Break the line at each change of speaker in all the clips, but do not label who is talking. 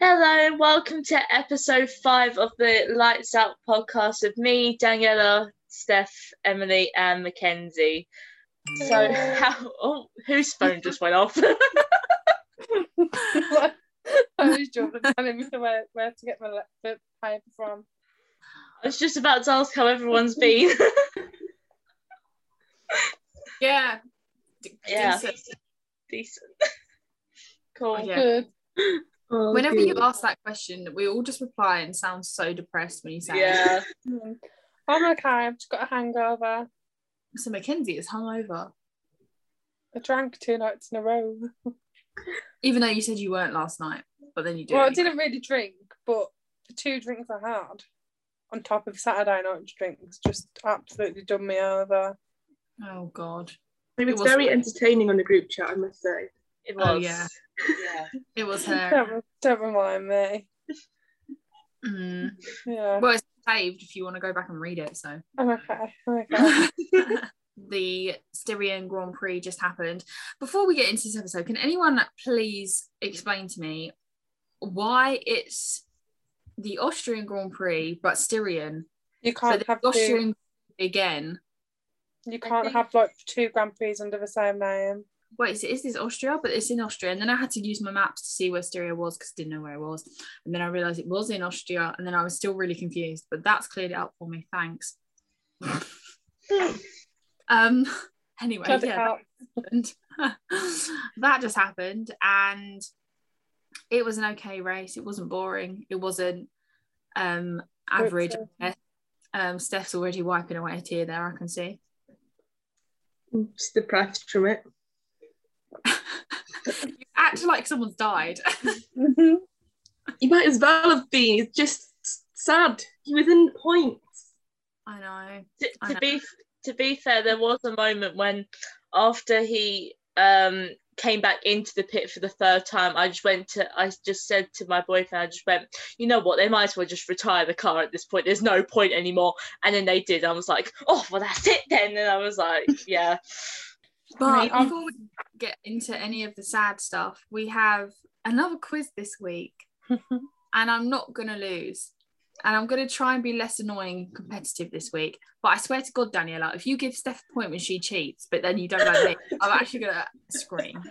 Hello and welcome to episode five of the Lights Out podcast with me, Daniela, Steph, Emily, and Mackenzie. So, how, oh, whose phone just went off?
I was Jordan telling me where, where to get my laptop paper from.
I was just about to ask how everyone's been.
Yeah. D-
Yeah.
decent.
Decent. Cool.
Yeah.
Good.
Whenever you ask that question, we all just reply and sound so depressed when you say it.
Yeah.
Mm. I'm okay. I've just got a hangover.
So Mackenzie is hungover.
I drank two nights in a row.
Even though you said you weren't last night, but then you did.
Well, I didn't really drink, but the two drinks I had on top of Saturday night's drinks just absolutely done me over.
Oh god.
It was
It was
very
great.
entertaining on the group chat, I must say.
It was.
Oh, yeah. It was her.
Don't, don't remind me.
Mm.
Yeah.
Well, it's saved if you want to go back and read it. So
I'm okay. I'm okay.
the Styrian Grand Prix just happened. Before we get into this episode, can anyone please explain to me why it's the Austrian Grand Prix but Styrian?
You
So
can't
the
have two,
Austrian again.
you
I
can't
think-
have like two Grand Prix under the same name.
Wait, is, is this Austria? But it's in Austria. And then I had to use my maps to see where Styria was because I didn't know where it was. And then I realized it was in Austria. And then I was still really confused. But that's cleared it up for me. Thanks. um. Anyway,
Glad it
yeah,
helped.
happened. that just happened and it was an okay race it wasn't boring it wasn't um average um steph's already wiping away a tear there i can see
I'm just depressed from it.
you act like someone's died
You might as well have been. It's just sad. You were in points.
i know
to,
I
to
know.
be to be fair, there was a moment when after he um came back into the pit for the third time, I just went to I just said to my boyfriend, I just went, you know what, they might as well just retire the car at this point. There's no point anymore. And then they did. I was like, oh well that's it then. And I was like, yeah.
But
um,
I've-
before we get into any of the sad stuff, we have another quiz this week, and I'm not going to lose. And I'm going to try and be less annoying and competitive this week. But I swear to God, Daniela, if you give Steph a point when she cheats, but then you don't like me, I'm actually going to scream.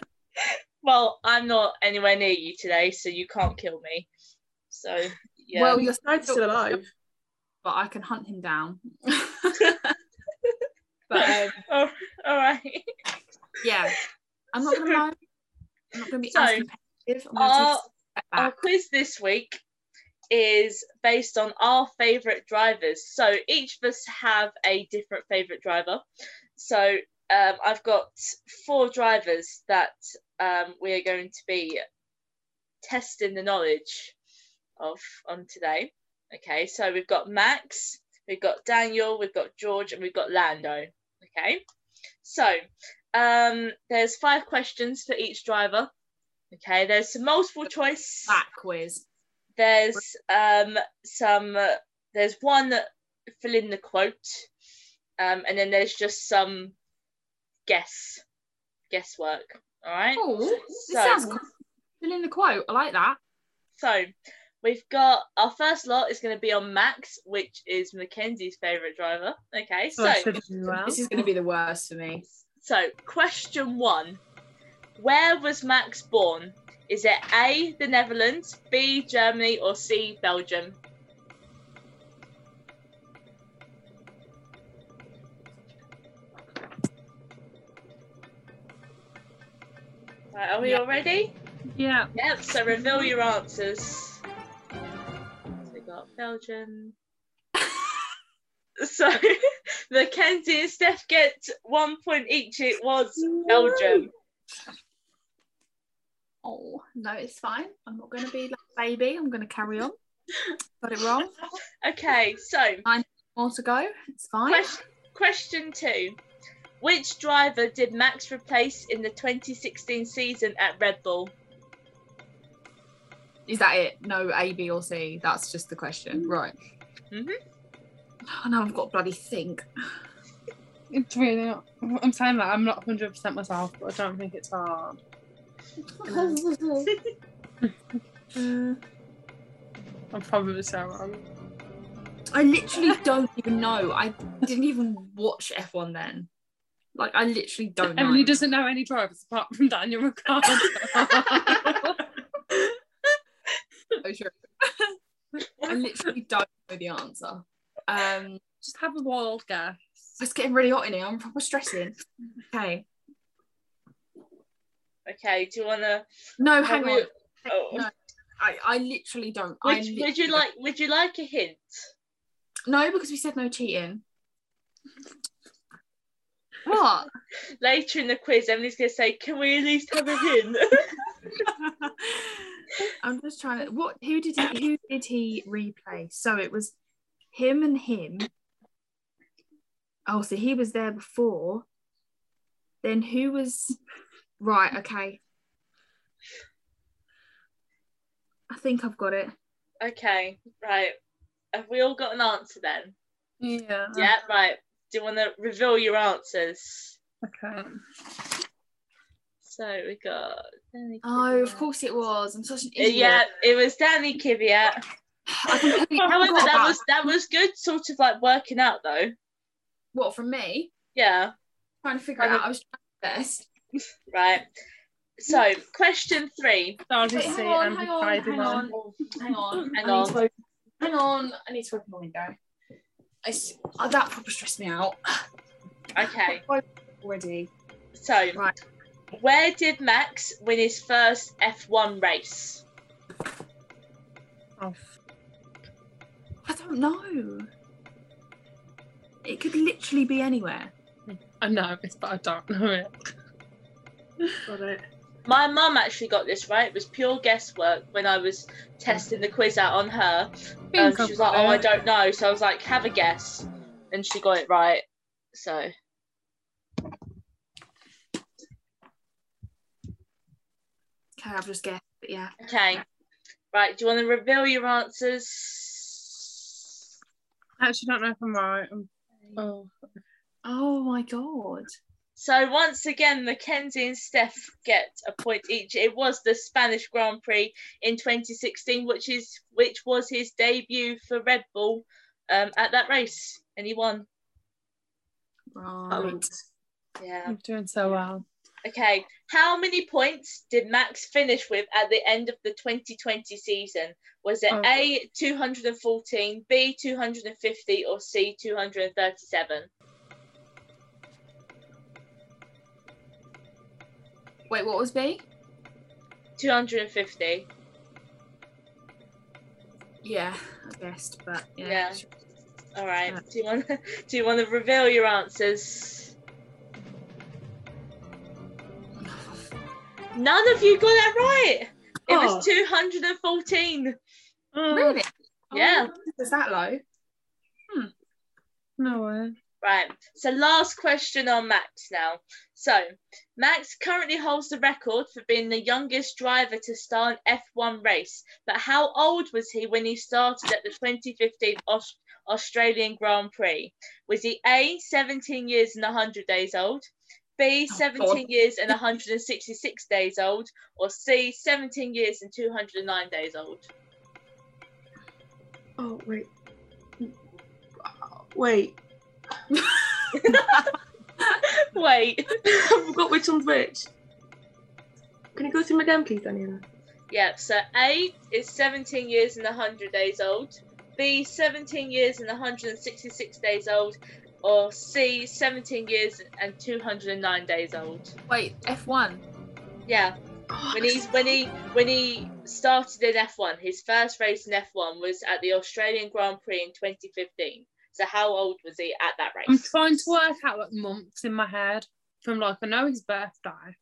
Well, I'm not anywhere near you today, so you can't kill me. So yeah.
Well,
Your
you're
side's still alive.
but I can hunt him down. but um,
all right.
yeah, I'm not going to lie. I'm not going to be
So,
as competitive. I'm going to
uh,
take a step
Our
back.
quiz this week is based on our favourite drivers. So each of us have a different favourite driver. So um, I've got four drivers that um, we are going to be testing the knowledge of on today. Okay, so we've got Max, we've got Daniel, we've got George, and we've got Lando. Okay, so um, there's five questions for each driver. Okay, there's some multiple choice
That quiz.
there's um some uh, there's one fill in the quote um and then there's just some guess guesswork all right
Oh, this
So-
sounds good. Fill in the quote. I like that.
so we've got our first lot is going to be on max which is mackenzie's favorite driver okay so
This is going to be the worst for me.
so question one where was max born is it a the netherlands b germany or c belgium Right, are we all ready?
Yeah.
Yep, so reveal your answers. So we got Belgium. so Mackenzie and Steph get one point each. It was Belgium.
Oh no, it's fine. I'm not going to be like a baby. I'm going to carry on. Got it wrong.
Okay, so
More to go. It's fine.
question, question two. Which driver did Max replace in the 2016 season at Red Bull?
Is that it? No A, B, or C. That's just the question, right?
Mhm.
Oh no, I've got to bloody think.
It's really not. I'm saying that I'm not 100% myself, but I don't think it's hard.
Uh,
I'm probably so wrong.
I literally don't even know. I didn't even watch F1 then. Like I literally don't know.
Emily doesn't know any drivers apart from Daniel Ricciardo.
Oh, sure. I literally don't know the answer. Um,
Just have a wild guess.
it's getting really hot in here. I'm proper stressing. Okay.
Okay, do you wanna?
No,
Have
hang on.
you- Oh.
No, I, I literally don't. I
Would,
li-
would you like? Would you like a hint?
No, because we said no cheating. What?
Later in the quiz, Emily's gonna say, "Can we at least have a hint?"
I'm just trying to. What? Who did he? Who did he replay? So it was him and him. Oh, so he was there before. Then who was? Right. Okay. I think I've got it.
okay, right. Have we all got an answer then?
Uh-huh.
Yeah.
Yeah, right. Do you wanna reveal your answers?
Okay.
So we got. Danny
Oh, of
Kvyat.
course it was. I'm such an
Uh,
idiot.
Yeah, it was Danny Kvyat.
I completely
However,
forgot
that
about-
was that was good, sort of like working out though.
what from me.
Yeah,
Trying to figure it out. I was trying my best.
right. So, question three.
Sorry,
Wait,
see,
hang on,
Emily
hang on,
hiding
hang
on.
on, hang on,
Hang
I need
on.
to open- hang on. I need to open my window. It's, oh, that probably stressed me out
Okay,
already.
so
Right.
where did Max win his first F1 race?
Oh,
I don't know. It could literally be anywhere.
I know it's, but I don't know it.
Got it.
My mum actually got this right. It was pure guesswork when I was testing the quiz out on her. Um, she was like, "Oh, I don't know." So I was like, "Have a guess," and she got it right. So
Okay, I've just guessed. But yeah,
okay, right. Do you want to reveal your answers?
I actually don't know if I'm right. I'm- oh,
Oh my god.
So once again, Mackenzie and Steph get a point each. It was the Spanish Grand Prix in 2016, which is which was his debut for Red Bull um, at that race, and he won.
Right.
Talent.
Yeah.
I'm doing so well.
Okay. How many points did Max finish with at the end of the 2020 season? Was it
Oh.
A 214, B 250, or C 237?
Wait, what was B?
250.
Yeah, I guessed, but yeah.
Yeah. All right.
Yeah.
Do you want to, do you want to reveal your answers? None of you got that right. It was 214.
Oh,
Really?
Yeah.
Oh, it's that low?
No way.
Right. So last question on Max now. So Max currently holds the record for being the youngest driver to start an F1 race. But how old was he when he started at the 2015 Aus- Australian Grand Prix? Was he A 17 years and 100 days old? B
Oh,
17 years and 166 days old or C 17 years and 209 days old?
Oh wait. Wait.
Wait.
I forgot which one's which. Can you go through them again, please, Daniela?
Yeah, so A is 17 years and 100 days old, B, 17 years and 166 days old, or C, 17 years and 209 days old.
Wait, F1.
Yeah, when he's when he when he started in F1, his first race in F1 was at the Australian Grand Prix in 2015. So how old was he at that
I'm
race?
trying to work out like months in my head from like I know his birthday,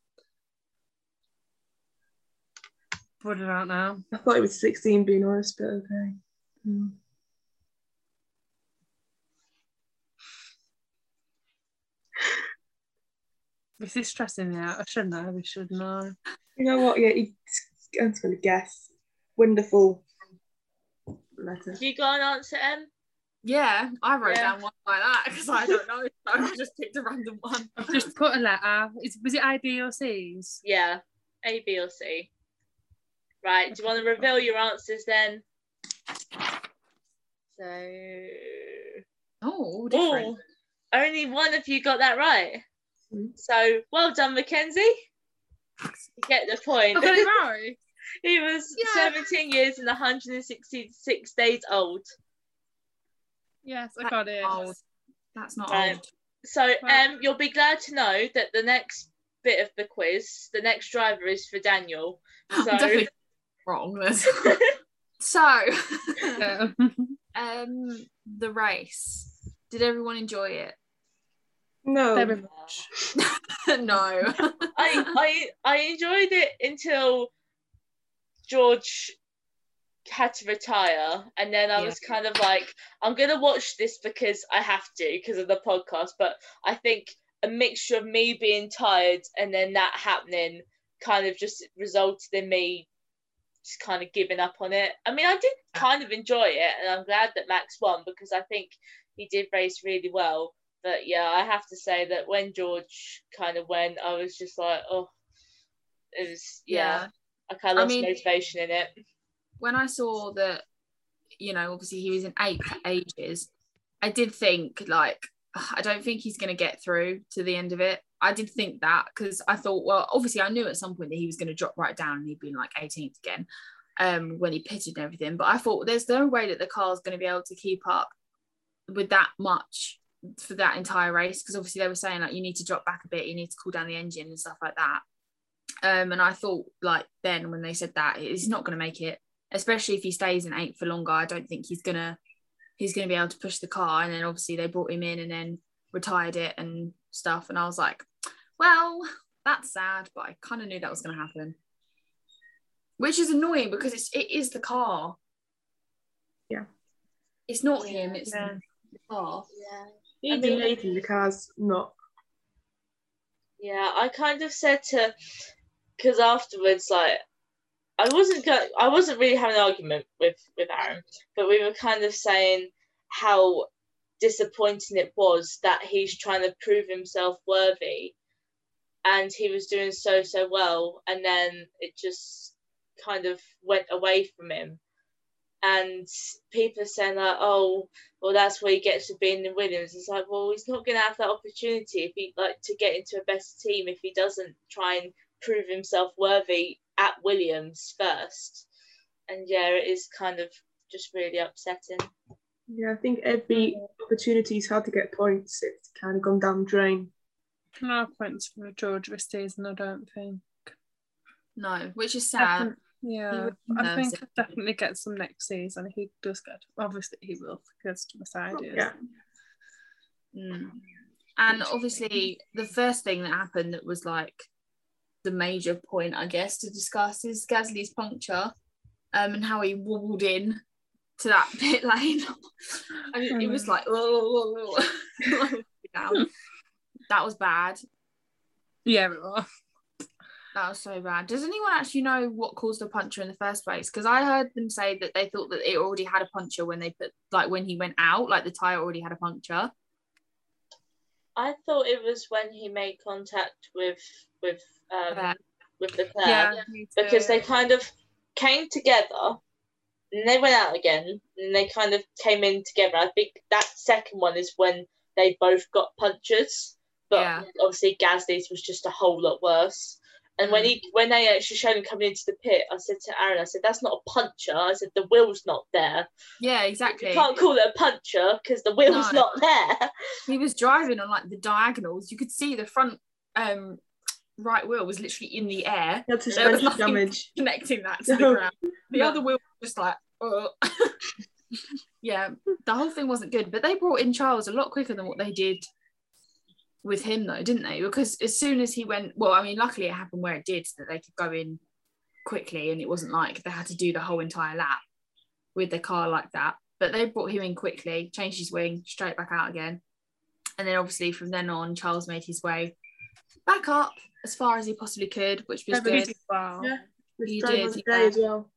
but I don't know.
I thought it was 16, being honest, but okay. Hmm.
This is stressing me out. I should know. We should know.
You know what? Yeah, he, I'm just going to guess. Wonderful letter.
You got an answer, Em?
Yeah, I wrote
Yeah.
down one like that because I don't know. So I just picked a random one.
I've just put a letter. Is, was it A, B, or C's?
Yeah, A, B, or C. Right. Do you want to reveal your answers then? So,
Oh, all
oh,
different.
only one of you got that right.
Hmm.
Mm.
So, well done, Mackenzie. You get the point.
I got it right.
he was
Yeah.
17 years and 166 days old.
Yes, I got it.
Old. That's not
Oh. Right.
old.
So
Wow.
um, you'll be glad to know that the next bit of the quiz, the next driver is for Daniel.
I'm
So
definitely wrong. That's- so,
Yeah.
um, the race. Did everyone enjoy it?
Very
No.
much.
no.
I, I I enjoyed it until George had to retire, and then I
Yeah.
was kind of like, I'm gonna watch this because I have to because of the podcast. But I think a mixture of me being tired and then that happening kind of just resulted in me just kind of giving up on it. I mean, I did kind of enjoy it, and I'm glad that Max won because I think he did race really well. But yeah, I have to say that when George kind of went, I was just like, oh, it was yeah. I kind
I
of lost
mean-
motivation in it.
when I saw that, you know, obviously he was in eight ages, I did think like "Ugh, I don't think he's going to get through to the end of it. I did think that because I thought, well, obviously I knew at some point that he was going to drop right down and he'd be in like 18th again um, when he pitted and everything. But I thought there's no way that the car's going to be able to keep up with that much for that entire race because obviously they were saying like you need to drop back a bit, you need to cool down the engine and stuff like that. Um, and I thought like then when they said that he's not going to make it especially if he stays in eight for longer. I don't think he's gonna he's gonna be able to push the car. And then obviously they brought him in and then retired it and stuff. And I was like, well, that's sad, but I kind of knew that was gonna happen, which is annoying because it's it is the car.
Yeah.
it's not
Yeah.
him. It's
Yeah.
the car.
Yeah.
Even
mean-
Nathan, the car's not.
Yeah, I kind of said to, because afterwards, like, I wasn't go- I wasn't really having an argument with with Aaron, but we were kind of saying how disappointing it was that he's trying to prove himself worthy, and he was doing so so well, and then it just kind of went away from him, and people are saying like, oh, well that's where he gets to being in Williams. It's like, well, he's not gonna have that opportunity if he like to get into a better team if he doesn't try and prove himself worthy at Williams first. And yeah, it is kind of just really upsetting.
Yeah, I think every
Mm-hmm.
opportunity he's had to get points, it's kind of gone down the drain.
No points for George this season, I don't think.
No, which is
I
sad.
think- yeah,
would
I
deserves
think
it.
I'll definitely get some next season. He does get, obviously, he will because my side is.
Yeah.
Mm. And obviously, the first thing that happened that was like the major point, I guess, to discuss is Gasly's puncture um, and how he wobbled in to that pit lane. and it, it was like, oh, down. that was bad.
Yeah, it was.
That was so bad. Does anyone actually know what caused the puncture in the first place? Because I heard them say that they thought that it already had a puncture when they put, like, when he went out, like the tire already had a puncture.
I thought it was when he made contact with with um
Uh,
with the player
Yeah, me too.
because they kind of came together and they went out again and they kind of came in together. I think that second one is when they both got punches, but
Yeah.
obviously Gasly's was just a whole lot worse. And when
Mm.
he when they actually showed him coming into the pit, I said to Aaron, I said that's not a puncher. I said the wheel's not there.
yeah, exactly.
You can't call it a puncher because the wheel's
No.
not there.
he was driving on like the diagonals. You could see the front um right wheel was literally in the air,
He
There
had
was
suspension
nothing-
damage.
connecting that to
No.
the ground. The
No.
other wheel was just like, oh. yeah, the whole thing wasn't good. But they brought in Charles a lot quicker than what they did with him, though, didn't they? Because as soon as he went, well, I mean, luckily it happened where it did, so that they could go in quickly, and it wasn't like they had to do the whole entire lap with the car like that. But they brought him in quickly, changed his wing, straight back out again. And then obviously from then on, Charles made his way back up as far as he possibly could, which was
Everybody
good.
did well.
Yeah. The
He
driver
did,
of the
yeah.
day as well.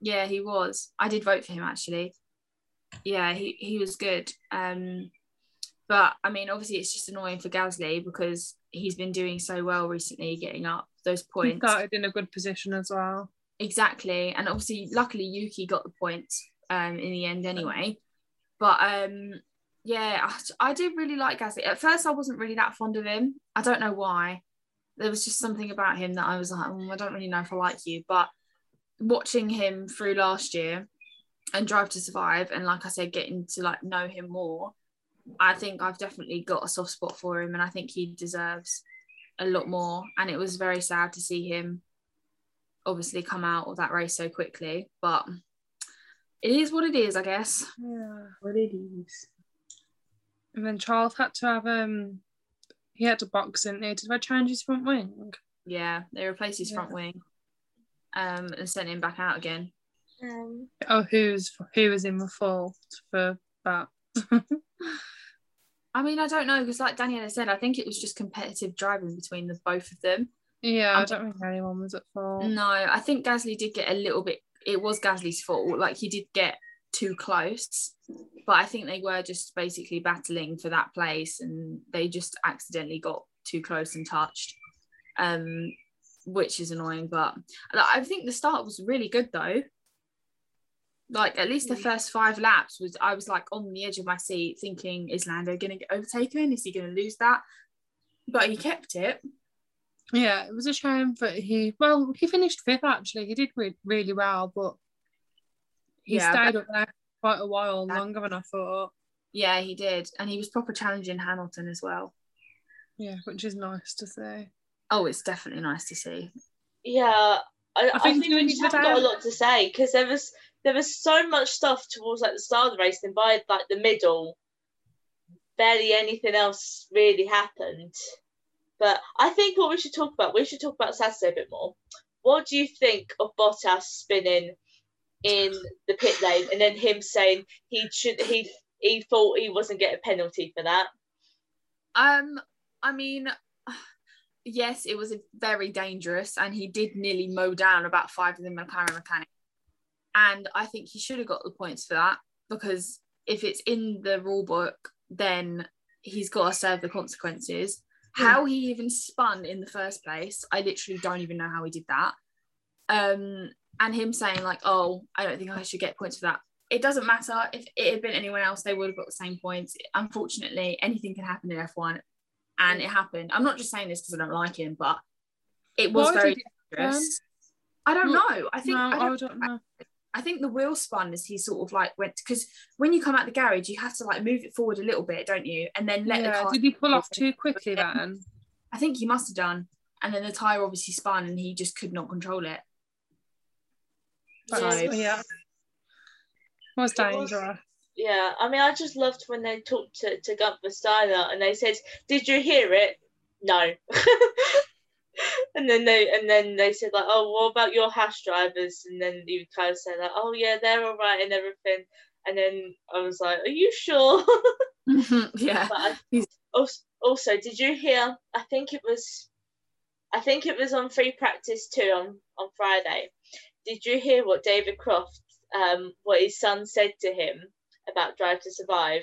Yeah, he was. I did vote for him actually. Yeah, he, he was good. Um, but I mean, obviously, it's just annoying for Gasly because he's been doing so well recently, getting up those
He
points.
started in a good position as well.
Exactly, and obviously, luckily, Yuki got the points um, in the end anyway. But um, yeah, I, I do really like Gasly. At first, I wasn't really that fond of him. I don't know why. There was just something about him that I was like, "Mm, I don't really know if I like you. But watching him through last year and Drive to Survive, and like I said, getting to like know him more, I think I've definitely got a soft spot for him, and I think he deserves a lot more. And it was very sad to see him obviously come out of that race so quickly, but it is what it is, I guess.
Yeah.
What it is.
And then Charles had to have um he had to box in there. Did I change his front wing?
Yeah, they replaced his front
Yeah.
wing um, and sent him back out again.
Um,
Oh who's who was in the fault for that?
I mean, I don't know because, like Daniela said, I think it was just competitive driving between the both of them.
yeah,
Um,
I don't think anyone was at fault.
No, I think Gasly did get a little bit. It was Gasly's fault. Like he did get too close, but I think they were just basically battling for that place, and they just accidentally got too close and touched, um, which is annoying. But I think the start was really good though. Like at least the first five laps was I was like on the edge of my seat thinking, is Lando gonna get overtaken? Is he gonna lose that? But he kept it.
Yeah, it was a shame but he well, he finished fifth actually. He did re- really well, but he
Yeah,
stayed up there quite a while
That-
longer than I thought.
Yeah, he did. And he was proper challenging Hamilton as well.
Yeah, which is nice to see.
Oh, it's definitely nice to see.
yeah, I, I
think
think,
you
we
need
just
to
haven't
dial-
got a lot to say because there was there was so much stuff towards like the start of the race, and by like the middle, barely anything else really happened. But I think what we should talk about, we should talk about Saturday a bit more. What do you think of Bottas spinning in the pit lane, and then him saying he should he he thought he wasn't getting a penalty for that?
Um, I mean, yes, it was very dangerous, and he did nearly mow down about five of the McLaren mechanics. And I think he should have got the points for that because if it's in the rule book, then he's got to serve the consequences. How he even spun in the first place, I literally don't even know how he did that. Um, and him saying like, "Oh, I don't think I should get points for that." It doesn't matter if it had been anyone else; they would have got the same points. Unfortunately, anything can happen in F one, and it happened. I'm not just saying this because I don't like him, but it was
Why
very
did it
dangerous. I don't
Not-
know. I think
no,
I, don't,
I don't know.
I think the wheel spun as he sort of like went because when you come out the garage, you have to like move it forward a little bit, don't you? And then let the
yeah,
car.
did he pull off
Okay.
too quickly then?
I think he must have done. And then the tire obviously spun, and he just could not control it.
That's-
So-
yeah. Was
It was-
dangerous.
Yeah, I mean, I just loved when they talked to, to Gunther Steiner and they said, "Did you hear it?" No. and then they and then they said like, "Oh, what about your hash drivers?" And then you kind of said like, "Oh yeah, they're all right and everything." And then I was like, "Are you sure?"
Mm-hmm.
yeah.
but I, also, also, did you hear? I think it was, I think it was on free practice too on on Friday. Did you hear what David Croft, um, what his son said to him about Drive to Survive?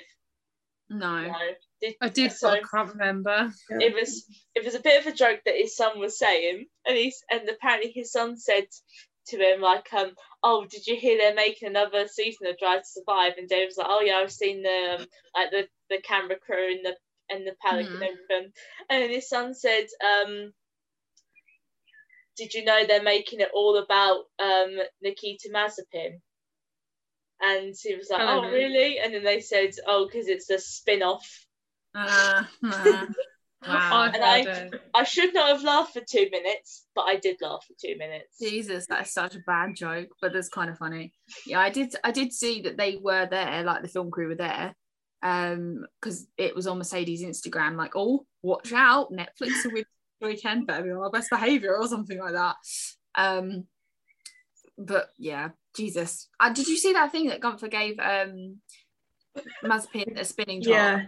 No.
No. Did,
I did,
So
but I can't remember.
it was it was a bit of a joke that his son was saying, and he's and apparently his son said to him like, um, oh, did you hear they're making another season of Drive to Survive? And Dave was like, oh yeah, I've seen the um, like the the camera crew and the and the paddock and
Mhm.
everything. And then his son said, um. Did you know they're making it all about um, Nikita Mazepin? And he was like,
I don't
"Oh,
know.
really?" And then they said, "Oh, because it's a spin-off."
Uh, uh, wow.
I've
And I-
heard it.
I should not have laughed for two minutes, but I did laugh for two minutes.
Jesus, that's such a bad joke, but that's kind of funny. Yeah, I did. I did see that they were there, like the film crew were there, um, because it was on Mercedes Instagram. Like, oh, watch out, Netflix are with the weekend, better be on our best behavior or something like that. Um, but yeah, Jesus, uh, did you see that thing that Gunther gave um, Mazepin a spinning top?
Yeah.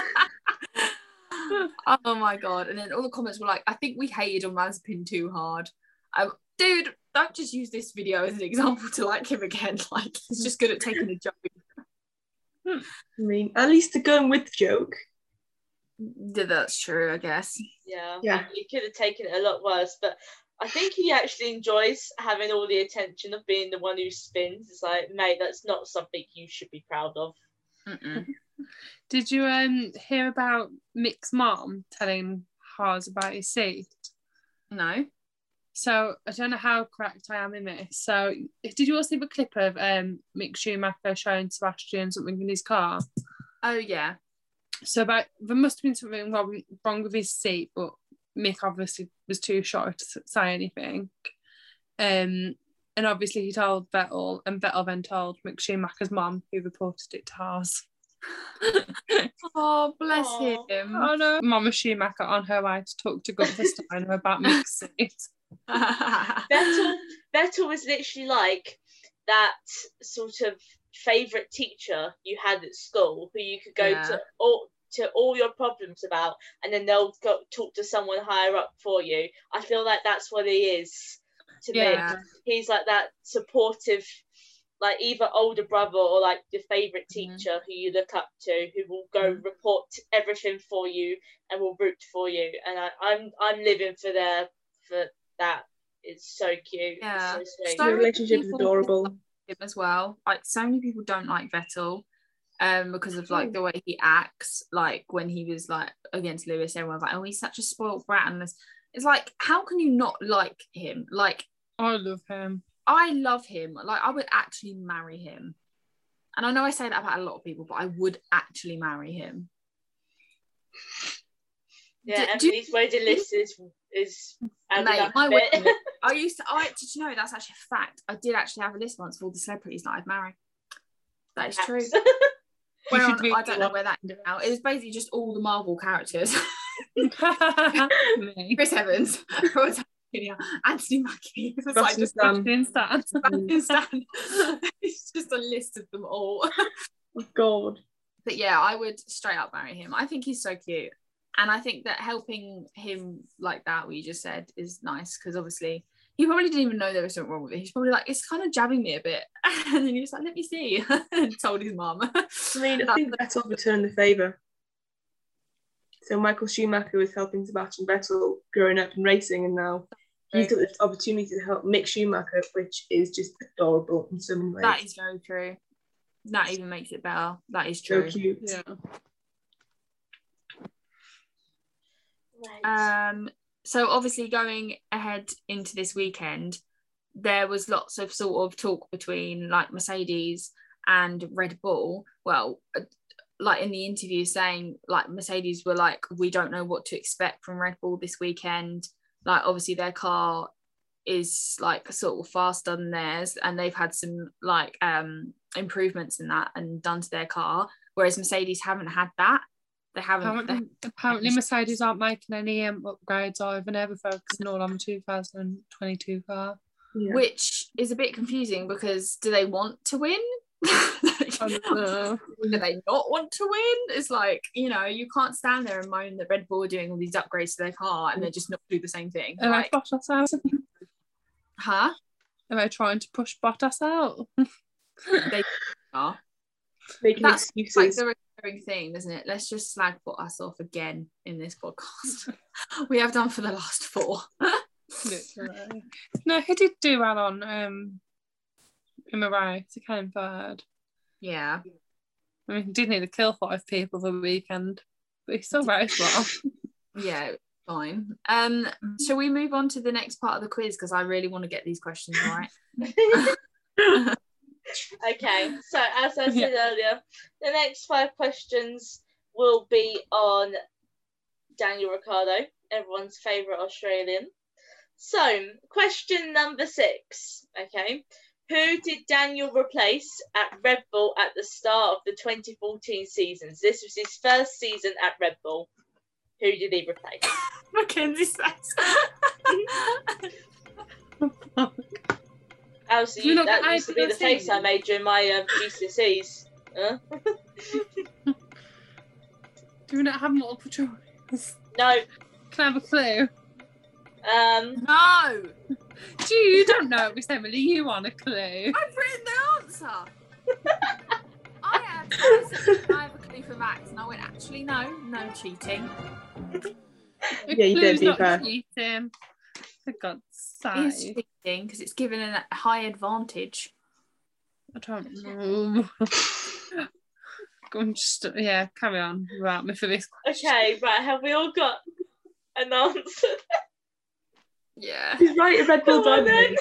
oh my god! And then all the comments were like, "I think we hated on Mazepin too hard." Um, dude, don't just use this video as an example to like him again. Like he's just good at taking a joke.
I mean, at least they're going with the joke.
Yeah, that's true, I guess.
Yeah.
Yeah.
You could have taken it a lot worse, but I think he actually enjoys having all the attention of being the one who spins. It's like, mate, that's not something you should be proud of.
Mm-mm.
Did you um hear about Mick's mom telling Haas about his seat?
No.
So I don't know how correct I am in this. So did you also see the clip of um Mick Schumacher showing Sebastian something in his car?
Oh yeah.
So about there must have been something wrong, wrong with his seat, but Mick obviously was too short to s- say anything. Um, and obviously he told Vettel, and Vettel then told Mick Schumacher's mum, who reported it to Haas.
Oh bless
Aw.
him.
Oh no, Mama Schumacher on her way to talk to Gunther Steiner about Mick's seat.
Vettel, Vettel was literally like that sort of favorite teacher you had at school who you could go
Yeah.
to all to all your problems about, and then they'll go talk to someone higher up for you. I feel like that's what he is to
Yeah.
me. He's like that supportive, like either older brother or like your favorite teacher
Mhm.
who you look up to, who will go report everything for you and will root for you. And I, I'm I'm living for their for that. It's so cute.
Yeah.
It's so sweet.
So-
Your relationship is adorable.
him as well. Like so many people don't like Vettel, um, because of like the way he acts. Like when he was like against Lewis, everyone's like, "Oh, he's such a spoiled brat." And this, it's like, how can you not like him? Like
I love him.
I love him. Like I would actually marry him. And I know I say that about a lot of people, but I would actually marry him.
yeah,
do- do-
Emily's wedding list is is added
Mate,
up
my
a bit.
wedding, I used to. I did you know that's actually a fact. I did actually have a list once of all the celebrities that I'd marry. That is true.
You
Where
should
on-
do
I don't know
that.
where that ended now. It was basically just all the Marvel characters.
Me.
Chris Evans, Robert Downey Jr., Anthony Mackie. It's like
Sebastian
just
Sebastian
Stan.
Stan.
Sebastian Stan. it's just a list of them all.
Oh, God.
But yeah, I would straight up marry him. I think he's so cute. And I think that helping him like that, what you just said, is nice because obviously he probably didn't even know there was something wrong with it. He's probably like, it's kind of jabbing me a bit. And then he was like, let me see. and told his mum.
I mean, I think Vettel returned the favour. So Michael Schumacher was helping Sebastian Vettel growing up and racing, and now he took the opportunity to help Mick Schumacher, which is just adorable in so many ways.
That is very true. That even makes it better. That is
so
true.
cute.
Yeah.
Right.
Um, so obviously going ahead into this weekend, there was lots of sort of talk between like Mercedes and Red Bull. Well, uh, like in the interview saying like Mercedes were like, we don't know what to expect from Red Bull this weekend. Like obviously their car is like sort of faster than theirs and they've had some like um improvements in that and done to their car. Whereas Mercedes haven't had that. They haven't they
Apparently, apparently Mercedes aren't making any um, upgrades or even ever focusing all on the 2022 car.
Yeah.
which is a bit confusing because do they want to win?
Oh,
do they not want to win? It's like, you know, you can't stand there and moan that Red Bull are doing all these upgrades to their car and they're just not doing the same thing.
Am I
Like,
Bottas out?
huh?
Am I trying to push Bottas out?
They are.
Making
that's It's like
excuses.
the recurring thing, isn't it? Let's just slag for us off again in this podcast. we have done for the last four.
Literally. No, he did do well on um, in the race. He came third.
yeah.
I mean, he did need to kill five people the weekend, but he still raced well.
Yeah. Fine. Um, shall we move on to the next part of the quiz? Because I really want to get these questions right. Uh,
Okay, so as I said
Yeah.
earlier, the next five questions will be on Daniel Ricciardo, everyone's favourite Australian. So, question number six. Okay, who did Daniel replace at Red Bull at the start of the 2014 seasons? This was his first season at Red Bull. Who did he replace?
Mackenzie says.
Alison,
You
you,
not
that
got
used to be the
IPLC?
face I made during my um, GCSEs. Huh?
do we not have multiple choice?
No,
Can I have a clue?
um,
no,
Do you don't know it was Emily? You want a clue?
I've written the answer. I have, I said, "Can I have a clue for Max, and I went, actually, no, no cheating.
A
Yeah, you don't
clue's
do
not
fair.
cheating. For God's
It
side.
is cheating because it's given a high advantage.
I don't know. I'm just yeah, carry on without me for this question.
Okay, right. Have we all got an answer?
Yeah.
He's right, a Red Bull
Come on
Derby.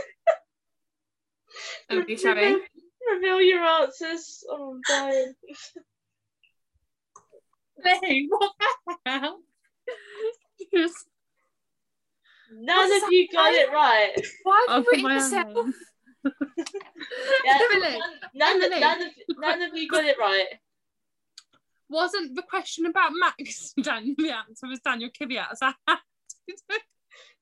then.
Okay, Shabby.
Reveal- Reveal your answers. Oh, I'm dying.
Hey, what the hell? Just-
None
What's
of you got
that?
it right.
Why
I'll
have
put
you
my
written
hand
yourself?
on.
Yeah,
Emily,
none, none,
Emily.
none, of, none of you got it right.
Wasn't the question about Max Daniel? The answer was Daniel Kiviat's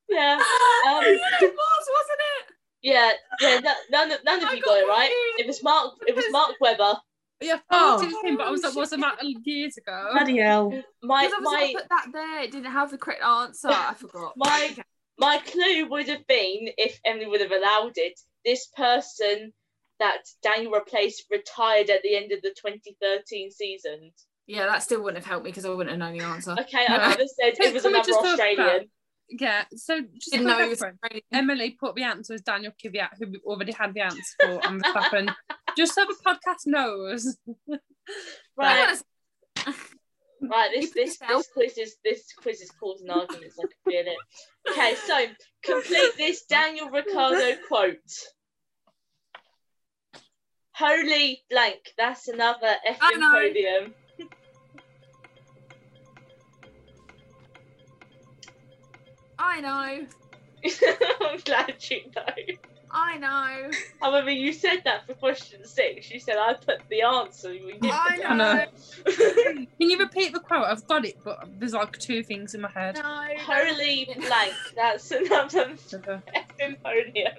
Yeah, Um,
yeah, it was, wasn't it?
yeah, yeah. no- None of none of
I
you
got
got it right.
confused.
It was Mark. It was Mark Webber.
yeah, oh,
Oh.
him, but I was like, wasn't that years ago?
Bloody hell.
My
Because
my
obviously I put that there. It didn't have the correct answer. I forgot.
My-
Okay.
my clue would have been if Emily would have allowed it. This person that Daniel replaced retired at the end of the 2013 season.
Yeah, that still wouldn't have helped me because I wouldn't have known the answer.
Okay, I
No.
would have said
Hey,
it was
can we
another
just talk about-
Australian.
Yeah, so just
Didn't
for
know he was
reference,
Australian.
Emily put the answer as Daniel Kiviat, who we already had the answer for on the Verstappen. Just so the podcast knows.
I
Right,
wanna say
right. This
You
this,
put
this
yourself-
quiz is this quiz is causing arguments. I can feel it. Okay, so complete this Daniel Ricardo quote. Holy blank! That's another effing
know.
podium.
I know.
I'm glad you know.
I know.
However, you said that for question six. You said I put the answer. We didn't.
I
I know.
know.
Can you repeat the quote? I've got it, but there's like two things in my head.
No.
Holy blank. That's another fucking podium.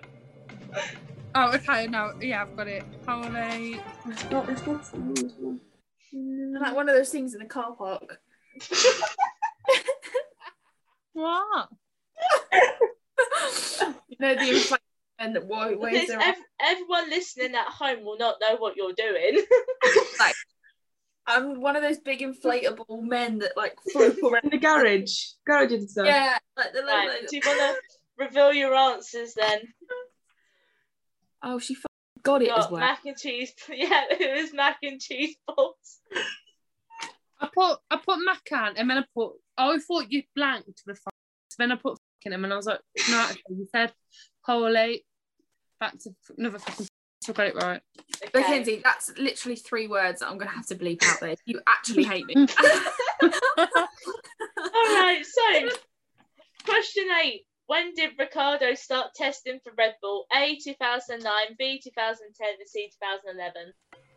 Oh, okay, no, yeah, I've got it. Holiday.
It's not, it's not something as well.
Like one of those things in the car park.
What?
you know the inflatable men that wa- weighs
Because
their
ev- everyone listening at home will not know what you're doing.
I'm one of those big inflatable men that like float around.
In the garage. Garage and stuff.
Yeah, like the
Right.
like,
Do you want to reveal your answers then?
Oh, she f- got it as
Got
well.
mac and cheese. Yeah, it was mac and cheese balls.
I put I put Macan and then I put oh, I thought you blanked the f- then I put fucking him and I was like, no, actually you said holy back to f- another fucking so I got it right.
Okay.
Mackenzie, that's literally three words that I'm gonna have to bleep out there. You actually hate me.
All right. So, question eight. When did Ricardo start testing for Red Bull? A 2009, B 2010, and C 2011.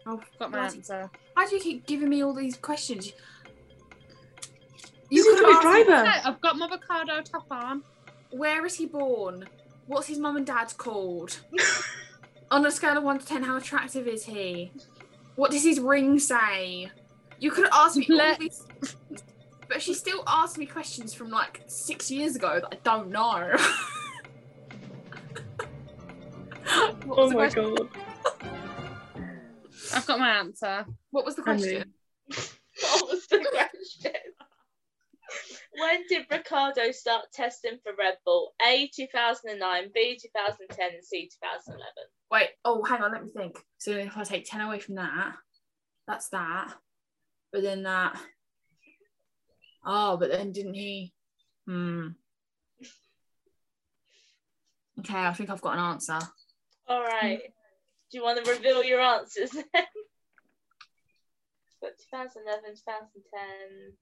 Oh,
Got my answer.
Why do you keep giving me all these questions?
You could
could've
have
asked me,
been driver.
Okay, I've got my avocado top on.
Where is he born? What's his mum and dad called? On a scale of one to ten, how attractive is he? What does his ring say? You could have asked me all
Let-
these, but she still asked me questions from like six years ago that I don't know. what, was
Oh
the
my
question?
god.
I've got my answer.
what was the
Emily.
question?
What was the question? When did Ricardo start testing for Red Bull? A 2009, B 2010, and C 2011.
Wait, oh, hang on, let me think. So if I take 10 away from that, that's that. But then that. Oh, but then didn't he? Hmm. Okay, I think I've got an answer.
All right. Do you want to reveal your answers then? But 2011, 2010,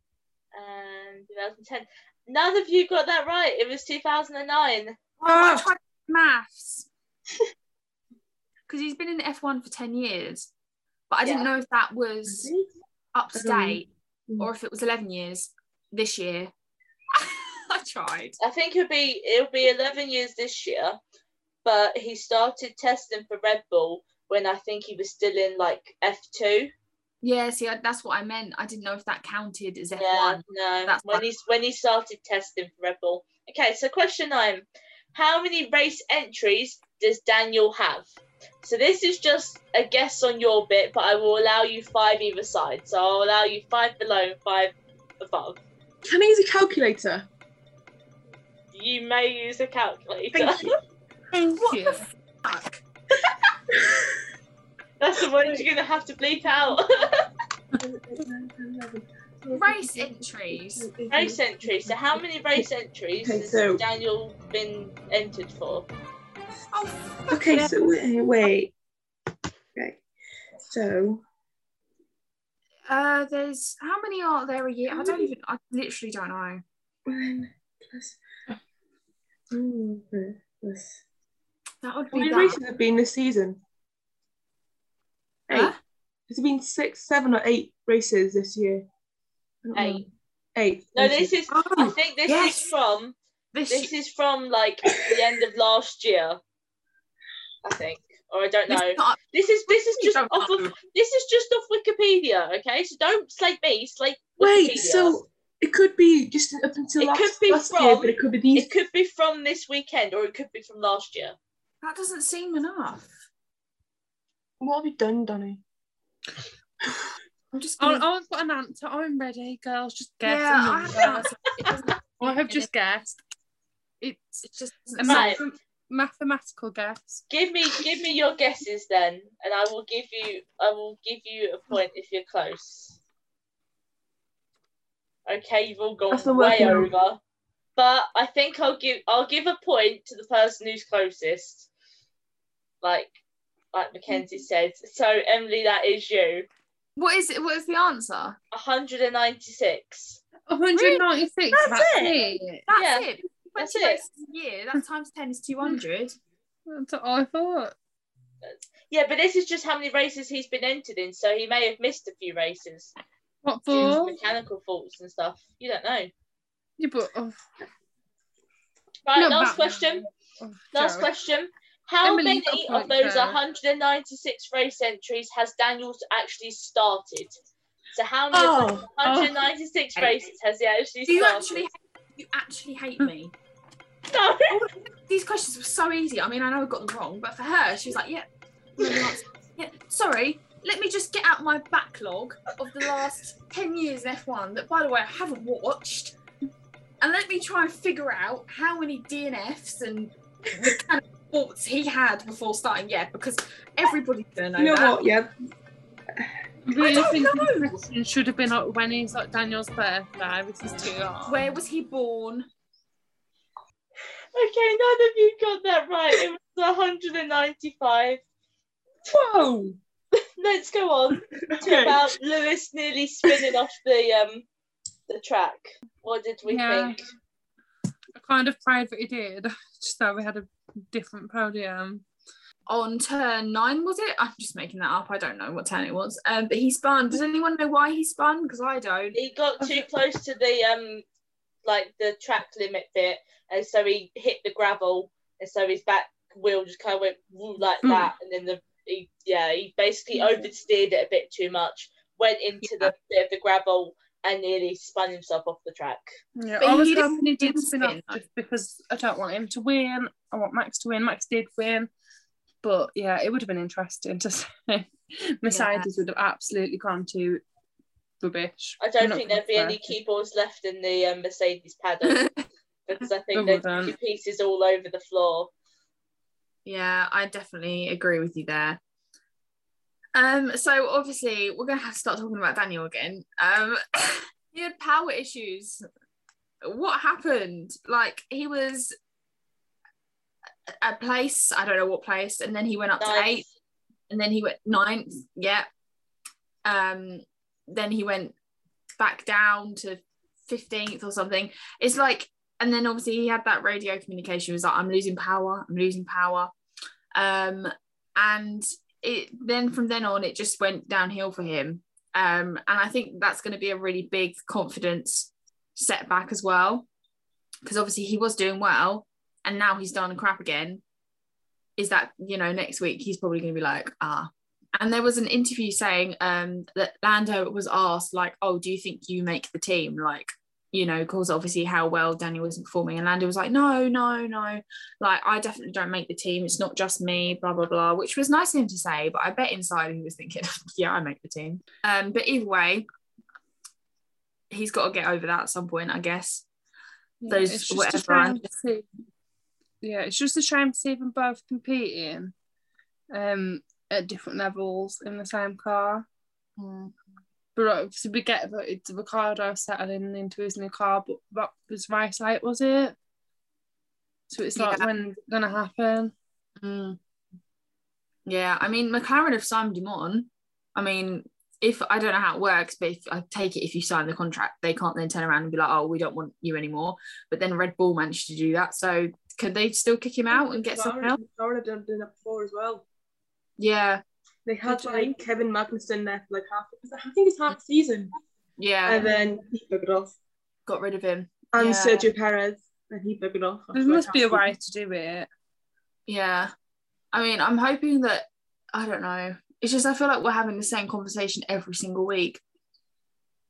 and 2010. None of you got that right. It was 2009.
Oh,
Ah.
I tried maths. Because he's been in F1 for 10 years. But I
Yeah.
didn't know if that was up to
Um,
date
hmm.
or if it was 11 years this year. I tried.
I think it'll be it'll be 11 years this year, but he started testing for Red Bull when I think he was still in like F2.
Yeah, see, I, that's what I meant. I didn't know if that counted as F1.
Yeah, no.
That's
when
fine.
he's when he started testing for Red Bull. Okay, so question nine: How many race entries does Daniel have? So this is just a guess on your bit, but I will allow you five either side. So I'll allow you five below and five above.
Can I use a calculator?
You may use a calculator.
Thank you.
Thank
What
you.
the fuck?
That's the one you're gonna have to bleep out.
Race entries.
race entries. So how many race entries
Okay,
has
so-
Daniel been entered for?
Oh,
Okay, so wait, wait. Okay. So
Uh, there's how many are there a year? I don't even. I literally don't know.
one plus one plus
That would
how
be
many
that.
races have been this season? Eight.
Huh?
Has it been six, seven or eight races this year? I don't know.
Eight.
Eight.
No, this is. I
Oh,
think this
yes.
is from.
this,
This is from like the end of last year. I think, or I don't know.
this not-
This is this is
you
just
don't
off of
know.
this is just off Wikipedia. Okay, so don't slate me. Slate
Wait,
Wikipedia.
so it could be just up until
It
last,
could be
last year,
from-
but it could be these.
it could be from this weekend, or it could be from last year.
that doesn't seem enough.
What have you done, Donny?
I'm just.
Oh,
Gonna,
oh, I've got an answer. I'm ready, girls. Just guess.
Mm. yeah,
a
I
number.
have that. It doesn't-
I have just guessed. It's
it just
a
doesn't
Am I-
math- mathematical guess.
Give me give me your guesses then, and I will give you I will give you a point if you're close. Okay, you've all gone
That's the
way
working one.
over, but I think I'll give I'll give a point to the person who's closest. Like like Mackenzie
Mm-hmm.
said. So Emily, that is you.
What is it? What is the answer?
196.
196.
That's
That's
it?
it.
That's
Yeah,
it.
that's
20
it.
races a year. That times ten is two hundred.
That's what I thought.
Yeah, but this is just how many races he's been entered in, so he may have missed a few races
What
due to
for?
mechanical faults and stuff. You don't know.
Yeah, but oh,
Right,
not
last
that
question.
many. Oh,
Last
Joe.
question. How
Emily, you've got
many
a
of
point
those
there.
196 race entries has Daniels actually started? So how many of
Oh,
the 196
Oh.
races has he actually
Do you
started?
actually? You actually hate me.
No.
These questions were so easy. I mean, I know I got them wrong, but for her, she was like, "Yeah, no, the answer- yeah, sorry." Let me just get out my backlog of the last ten years in F1 that, by the way, I haven't watched, and let me try and figure out how many DNFs and mechanical faults he had before starting. Yeah, because everybody's gonna know,
you know
that.
what? Yeah,
Really
don't
think
know.
this question should have been like when he's like Daniel's birthday, which is too hard.
Where was he born?
Okay, none of you got that right. It was 195.
Whoa!
Let's go on to
Okay.
about Lewis nearly spinning off the um the track. What did we
Yeah.
think?
I kind of prayed that he did, just so we had a different podium.
on turn nine, was it? I'm just making that up. I don't know what turn it was. Um, but he spun. Does anyone know why he spun? Because I don't.
He got too close to the um like the track limit bit and so he hit the gravel and so his back wheel just kind of went woo like
Hmm.
that and then the he, yeah he basically oversteered it a bit too much went into the bit of the gravel and nearly spun himself off the track
Yeah,
But
I was
he didn't
hoping he did
win
spin up
spin, though.
just because I don't want him to win. I want Max to win. Max did win. But yeah, it would have been interesting to see. Mercedes would have absolutely gone to rubbish.
I don't
Not
think there'd be
fair.
any keyboards left in the um, Mercedes paddock because I think
There
there'd be
wouldn't.
pieces all over the floor
Yeah, I definitely agree with you there. Um, so obviously we're gonna have to start talking about Daniel again. Um, he had power issues. What happened? Like he was a- a place, I don't know what place, and then he went up to
Ninth.
eight, and then he went ninth. Yeah. Um, then he went back down to fifteenth or something. It's like, and then obviously he had that radio communication. He was like, "I'm losing power. I'm losing power." Um, and it then from then on, it just went downhill for him. Um, and I think that's going to be a really big confidence setback as well, because obviously he was doing well, and now he's done crap again. Is that you know next week he's probably going to be like ah and there was an interview saying um that Lando was asked like oh do you think you make the team like you know because obviously how well Daniel wasn't performing and Lando was like no no no like I definitely don't make the team it's not just me blah blah blah which was nice of him to say but I bet inside he was thinking yeah I make the team um but either way he's got to get over that at some point I guess
Yeah,
those-
it's just
whatever.
trying to see yeah, it's just a shame to see them both competing um, at different levels in the same car. But obviously, we get that it's Ricardo settling into his new car, but that was my site, was it? So it's not
Yeah.
when it's gonna happen.
Mm. Yeah, I mean, McLaren have signed him on. I mean, if I don't know how it works, but if I take it, if you sign the contract, they can't then turn around and be like, "Oh, we don't want you anymore." But then Red Bull managed to do that, so could they still kick him out and get someone else?
McLaren have done, done that before as well.
Yeah,
They had
Did
like Kevin Magnussen there for like half. I think it's half the season,
yeah,
and then he buggered off.
got rid of him.
And
Yeah.
Sergio Perez, and he buggered off.
There
after, like,
must be a
half the
way
season.
to do it.
Yeah, I mean, I'm hoping that I don't know. It's just I feel like we're having the same conversation every single week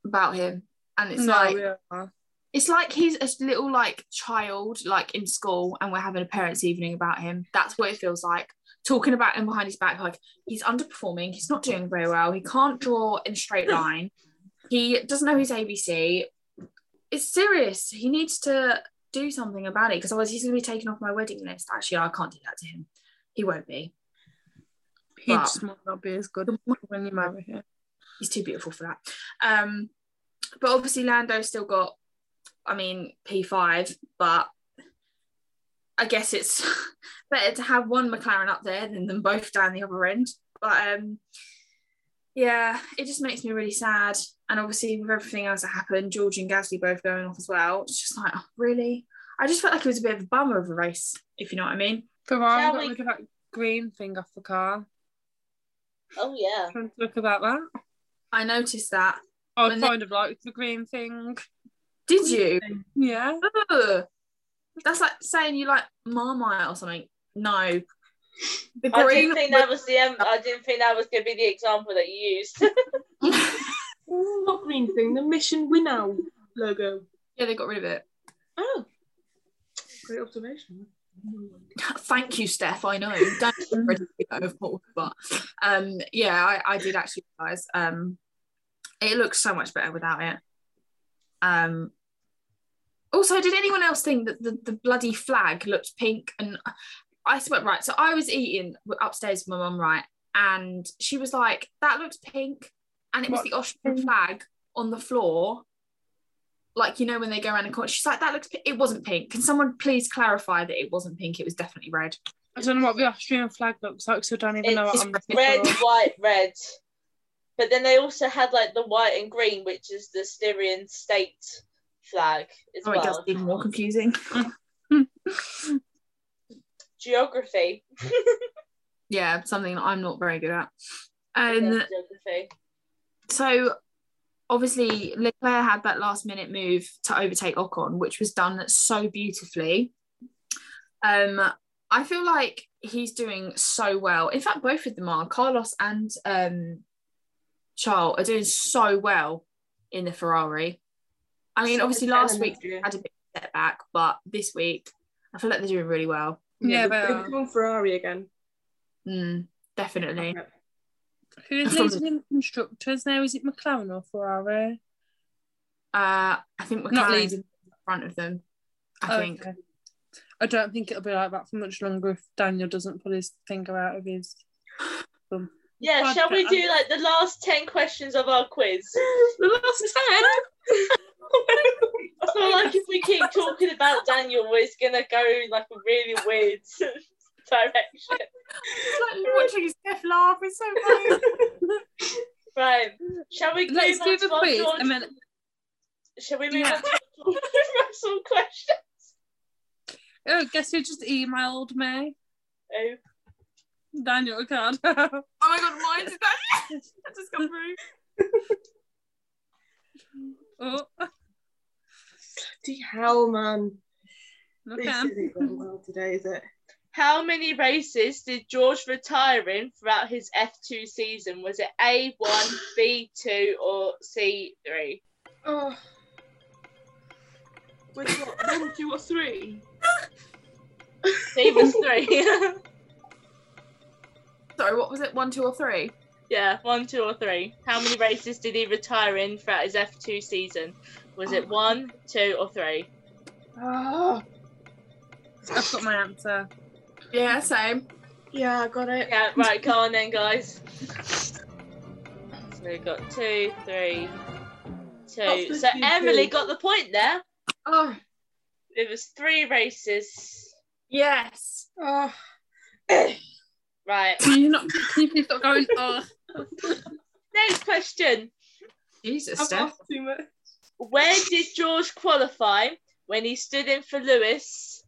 about him, and it's
no,
like
we are.
It's like he's a little like child, like in school, and we're having a parents' evening about him. That's what it feels like. Talking about him behind his back, like he's underperforming, he's not doing very well, he can't draw in a straight line, he doesn't know his ABC. It's serious. He needs to do something about it because otherwise he's gonna be taken off my wedding list. Actually, I can't do that to him. He won't be.
He
Well.
just might not be as good when you marry him.
He's too beautiful for that. Um, but obviously Lando's still got, I mean, P5, but I guess it's better to have one McLaren up there than them both down the other end. But um, yeah, it just makes me really sad. And obviously, with everything else that happened, George and Gasly both going off as well. It's just like, oh, really? I just felt like it was a bit of a bummer of a race, if you know what I mean.
Ferrari
Shall
got
we-
rid of that green thing off the car.
Oh yeah.
Trying to look about that.
I noticed that.
I
When they-
kind of liked the green thing.
Did you?
Yeah.
Ugh. That's like saying you like Marmite or something. No. The
I didn't think that was the. Um, I didn't think that was going to be the example that you used.
Ooh, What green thing? The Mission Winnow logo.
yeah, they got rid of it.
Oh, great observation.
Thank you, Steph. I know. Don't get rid of it, of course, but um, yeah, I, I did actually realise. Um, it looks so much better without it. Um, also, did anyone else think that the, the bloody flag looked pink? And I swear, right. So I was eating upstairs with my mum, right, and she was like, "That looks pink," and it was
What?
the Austrian flag on the floor. Like you know when they go around and corner, she's like, "That looks." Pink. It wasn't pink. Can someone please clarify that it wasn't pink? It was definitely red.
I don't know what the Austrian flag looks like, so I don't even know
It's
what I'm looking
red,
for.
white, red. But then they also had like the white and green, which is the Styrian state flag as
Oh, it does
well.
even more confusing.
Geography.
Yeah, something that I'm not very good at.
Yeah,
Um,
geography.
so obviously Leclerc had that last minute move to overtake Ocon, which was done so beautifully. Um, I feel like he's doing so well. In fact, both of them are. Carlos and um, Charles are doing so well in the Ferrari. I mean, obviously last week they had a bit of a setback, but this week I feel like they're doing really well.
Yeah, they
uh,
they've
are.
gone Ferrari again.
Mm, definitely.
Who's
From-
leading in the constructors now? Is it McLaren or Ferrari?
Uh, I think we're
Not
not
leading. Oh,
leading in front of them. I think.
Okay. I don't think it'll be like that for much longer if Daniel doesn't pull his finger out of his.
Yeah, shall we
Podcast.
do like the last 10 questions of our quiz?
The last ten.
I feel like if we keep talking about Daniel, it's gonna go in like a really weird direction.
It's like watching Steph laugh. It's so funny.
Right. Shall we
Let's
move
do
on
the
to our
quiz
George-
and then
Shall we move
Yeah.
on to our George Russell question?
oh, guess who just emailed me?
Oh,
Daniel Ricardo.
oh my god, mine did that. that just come through.
oh,
Bloody hell, man.
look
This
at him.
isn't going well today, is it?
How many races did George retire in throughout his F2 season? Was it A1, B2, or C3?
Oh. Which what? One, two, or three?
C was three.
Sorry, what was it? One, two, or three?
yeah, one, two, or three. How many races did he retire in throughout his F2
Oh,
season? Was it one, two, or three?
Ah.
I've got my answer.
Yeah, same.
Yeah, I got it.
Yeah, right, go on then, guys. So we've got two, three, two.
That's
So
fifty-two.
Emily got the point there.
Oh,
It was three races.
yes.
Oh,
Right,
Can you not? Can you please stop going? Oh,
next question.
Jesus,
I've
Steph.
lost too much.
Where did George qualify when he stood in for Lewis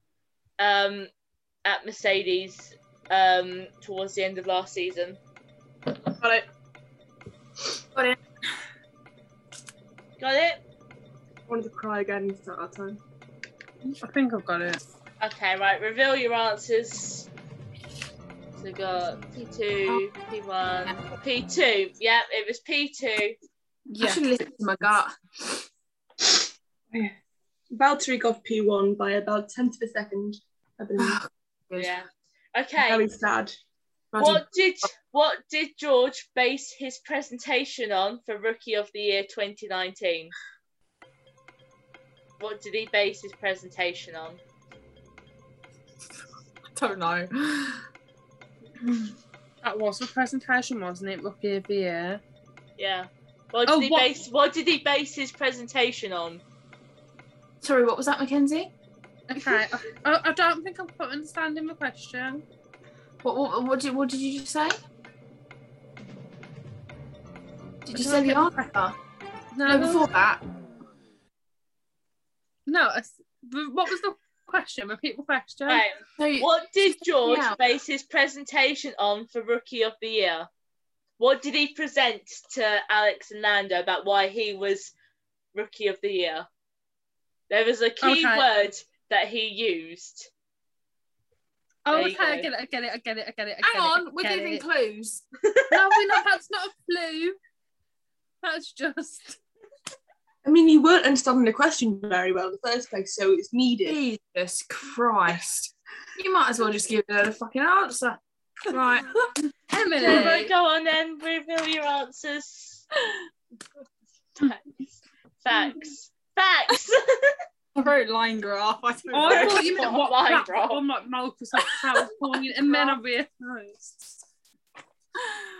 um, at Mercedes um, towards the end of last season?
Got it.
Got it?
I wanted to cry again and start that time.
I think I've got it.
Okay, right, reveal your answers. So we got P2, P1, P2. Yeah, it was P2.
I
Yeah.
should listen to my gut.
Valtteri got P1 by about tenth of a second. I've been
Oh, good.
Yeah. Okay.
very sad.
Bloody-
What did what did George base his presentation on for Rookie of the Year 2019? What did he base his presentation on?
don't know.
That was the presentation, wasn't it? Rookie of the year.
Yeah. What did
Oh,
he
what-
base what did he base his presentation on?
Sorry, what was that, Mackenzie?
Okay. I, I I don't think I'm quite understanding the question.
What, what, what, did, what did you just say? Did you
Did I
say the
get
answer?
No.
No, before that.
No. I s- but what was the question? Repeat the question.
Right.
So you-
What did George
Yeah.
base his presentation on for Rookie of the Year? What did he present to Alex and Lando about why he was Rookie of the Year? There was a key
Okay.
word that he used.
Oh,
There you
okay. I
go.
get it. I get it. I get it. I get it. I
hang
get it, I
on, we're
get
giving
it.
clues.
No, we're not. That's not a clue. That's just.
I mean, you weren't understanding the question very well in the first place, so it's needed.
Jesus Christ. You might as well just give her the fucking answer. Right.
Right,
Emily.
right, go on then, reveal your answers. Facts. Facts. Facts.
I wrote line graph. I don't
Oh, I thought you meant
Not
what
mine,
platform, like Microsoft PowerPoint, and then I realised.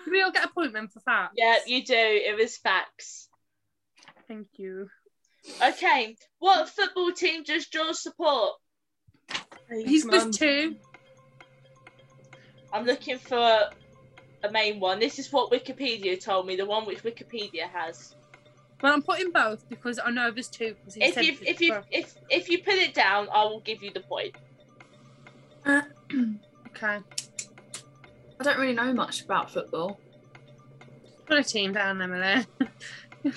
Do we all get a point then for that?
yeah, you do. It was facts.
Thank you.
Okay. What football team does George support?
He's
Come on.
with two.
I'm looking for a main one. This is what Wikipedia told me, the one which Wikipedia has.
Well, I'm putting both because I know there's two. Because he
If
said
you
there's
if you
both.
if if you put it down, I will give you the point.
okay,
I don't really know much about football.
put a team down, Emily.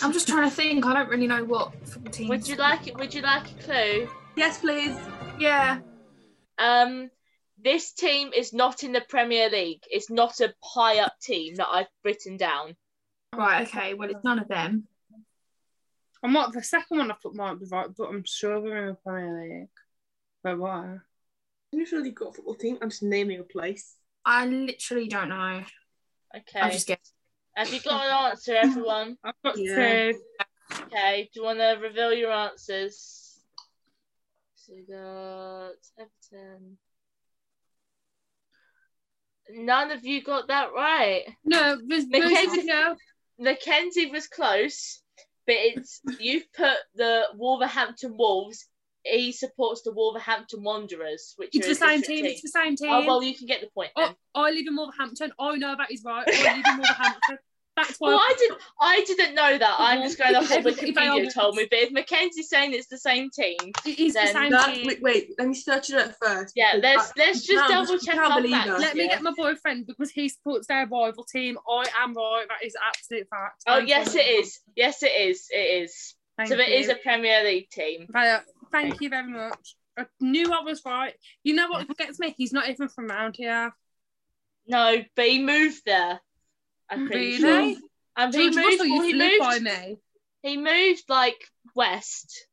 I'm just trying to think. I don't really know what football teams.
Would you like it? Would you like a clue?
Yes, please.
Yeah.
Um, this team is not in the Premier League. It's not a high up team that I've written down.
Right. Okay. Well, it's none of them.
I'm not the second one I put might be right, but I'm sure we're in the Premier League. But what?
I'm not sure you've got a football team. I'm just naming a place.
I literally don't know.
Okay.
I'm just guessing.
Have you got an answer, everyone?
I've got
Yeah.
two.
Okay. Do you want to reveal your answers? So we got Everton. None of you got that right.
No, there's
Mackenzie-
Mackenzie. No,
Mackenzie was close, but it's you've put the Wolverhampton Wolves. He supports the Wolverhampton Wanderers, which
it's
are a
the same
different
team. It's the same team.
Oh well, you can get the point. Then.
I, I live in Wolverhampton. I know that is right. I live in Wolverhampton. That's why.
Well, I didn't. I didn't know that. I'm just going off what
If- if I
Wikipedia
was-
told me. But if Mackenzie's saying it's the same team,
It is the
Then
same
That,
team.
wait, wait, let me search it up first.
yeah.
because
Let's
that-
let's just
can't-
double
you
check
can't
our
believe
facts.
us.
Let me
yeah.
get my boyfriend because he supports their rival team. I am right. That is absolute fact.
Oh
Thank
yes,
you.
it is. Yes, it is. It is.
Thank
so it is
you.
a Premier League team.
Right, thank you very much. I knew I was right. You know what gets me? He's not even from around here.
No, but he moved there. I'm pretty
Really?
sure. And he
George
moved.
Russell used
he
to live by
moved.
me,
He moved like west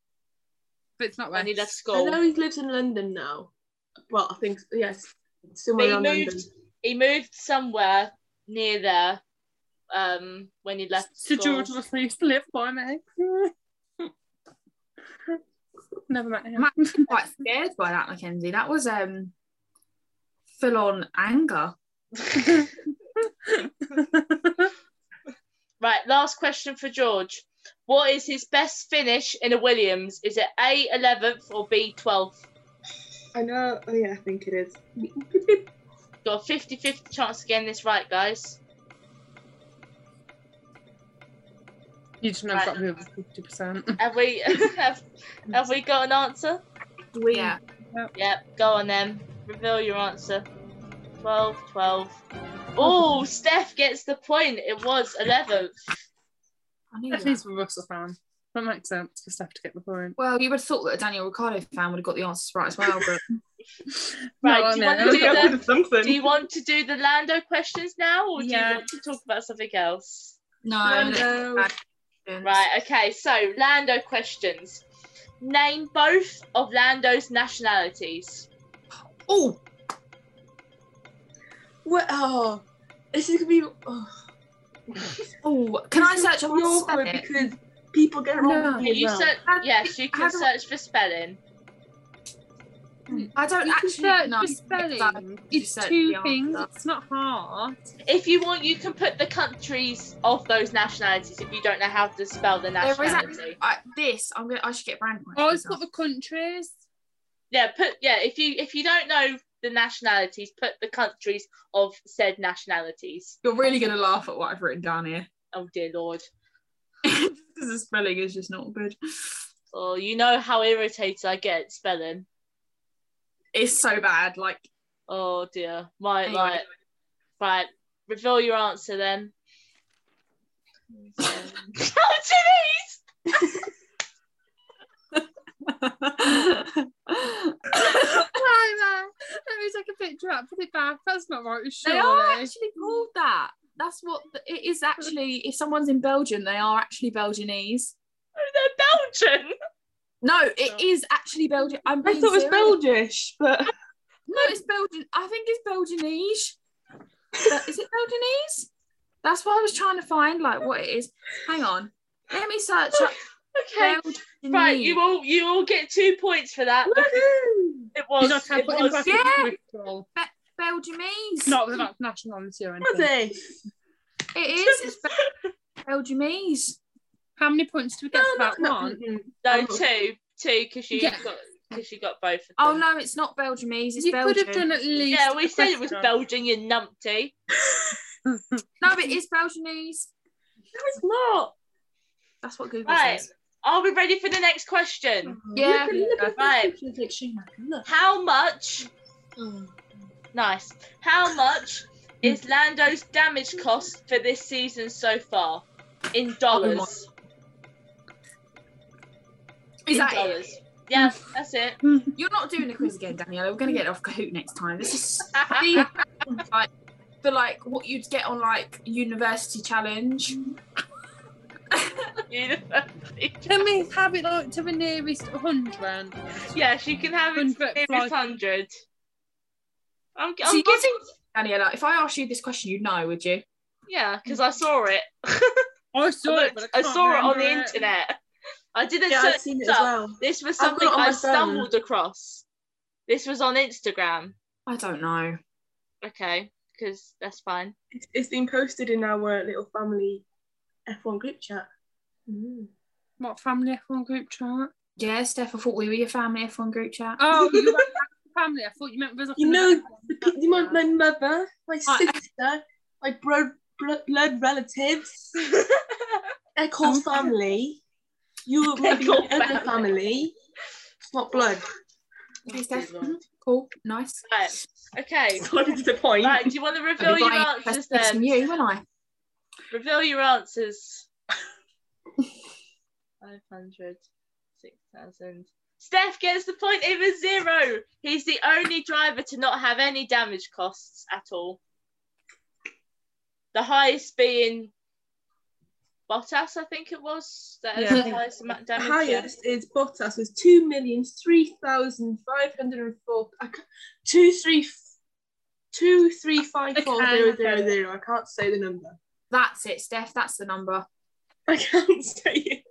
but it's not where
when he left
I
school.
know he lives in London now. Well, I think yes,
But
somewhere
he
around
moved.
London.
He moved somewhere near there. Um, when he left
So
school.
George Russell used to live by me. Never met him.
I'm actually quite scared by that, Mackenzie. That was um full on anger.
right, last question for George. What is his best finish in a Williams? Is it A eleventh or B twelfth?
I know. Oh yeah, I think it is.
Got a 50-50 chance of getting this right, guys.
you just know I've got to be over fifty percent.
Have we have, have we got an answer?
We
Yeah.
Yep, go on then. Reveal your answer. 12, 12. Oh, Steph gets the point. It was 11th.
I knew
At
that.
least we're Russell fan. That makes sense for Steph to get the point.
Well, you would have thought that a Daniel Ricciardo fan would have got the answers right as well, but
Right, do you
no,
want
no.
to do
That
the
was something.
do you want to do the Lando questions now, or do
Yeah.
you want to talk about something else?
no.
Lando.
let's-
Right. Okay. So Lando questions. Name both of Lando's nationalities.
Oh,
What? Oh, this is gonna be. Oh,
oh. Can I
this is
search
gonna be
on
awkward because people get it wrong.
No.
really
You
well.
search,
Oh, How do
yes, you can
how do I-
search for spelling.
Hmm, I don't
You can
actually
search
know.
for spelling. It's two things. It's not hard.
If you want, you can put the countries of those nationalities if you don't know how to spell the
There is
nationality.
actually, I, this. I'm gonna. I should get brand points.
Oh,
for
it's got
this.
the countries.
Yeah. Put yeah. If you if you don't know the nationalities, put the countries of said nationalities.
You're really gonna laugh at what I've written down here
Oh dear lord.
because the spelling is just not good.
Oh, you know how irritated I get at spelling.
It's so bad. Like,
Oh dear. My
Anyway.
right. Right. Reveal your answer then. oh jeez!
Why, man? Let me take a picture up, put it back. That's not right.
they are
Surely.
actually called that. That's what the- it is actually. If someone's in Belgium, they are actually Belgianese.
They're Belgian.
No, it is actually Belgian. I'm
I
being
thought it was
serious.
Belgish, but
No, it's Belgian. I think it's Belgianese. But is it Belgianese? That's what I was trying to find, like what it is. Hang on. Let me search up
Okay.
Belgianese.
Right, you all you all get two points for that. It was,
You don't have
it
to put in
was
brackets
Yeah.
neutral.
Belgianese.
Not without nationality or
was
anything.
it?
It is. It's Bel- Belgianese.
How many points do we get for that one?
no two. Two because you
Yeah.
got because you got both of them.
Oh no, it's not Belgianese. It's
You
Belgian.
could have done at least.
Yeah,
a
we said it was
question.
Belgian, you numpty.
No, it is Belgianese.
it's not.
That's what Google
Right.
says.
Are we ready for the next question?
Yeah.
Look at- look at the
Right.
description of Dick Schumacher, look.
How much nice. How much is Lando's damage cost for this season so far? In dollars.
Is
In
that it?
dollars. Yeah, that's it.
You're not doing the quiz again, Daniela. We're gonna get off Kahoot next time. This is the like the like what you'd get on like university challenge.
University.
Can we have it like to the nearest 100?
Yes, you can have it
Hundred,
nearest
like-
hundred. I'm,
So
I'm
you get
guessing,
Daniela, if I asked you this question, you'd know, would you?
yeah, because I saw it.
I saw
I,
it. But I, can't
saw it on the
remember
internet. I didn't.
Yeah,
search
I've seen it
this
as
up.
well.
This was
I've got
something
it on my
I
phone.
stumbled across. This was on Instagram.
I don't know.
Okay, because that's fine.
It's, it's been posted in our little family F1 group chat.
Mm.
What family F1 group chat?
Yeah, Steph, I thought we were your family F1 group chat.
Oh, you went back to family. I thought you meant was
You know, The people- my, my mother, my
I-
sister, my bro, bro- blood relatives, they're called family. You
They're
might be
called
other
family.
family. It's not blood.
Okay, Steph. Mhm, Cool. Nice.
Right. Okay.
Sorry to disappoint.
Right. Do you want to reveal your
Buying
answers
best bits from
then?
you, will I?
Reveal your answers. 500, 6,000. Steph gets the point. It was zero. He's the only driver to not have any damage costs at all. The highest being Bottas, I think it was. That is
Yeah.
the highest amount of
The
damage. yeah.
highest is Bottas with two million three thousand five hundred and four. I can't, two three two three five four zero zero zero. I can't say the number.
That's it, Steph. That's the number.
I can't say it.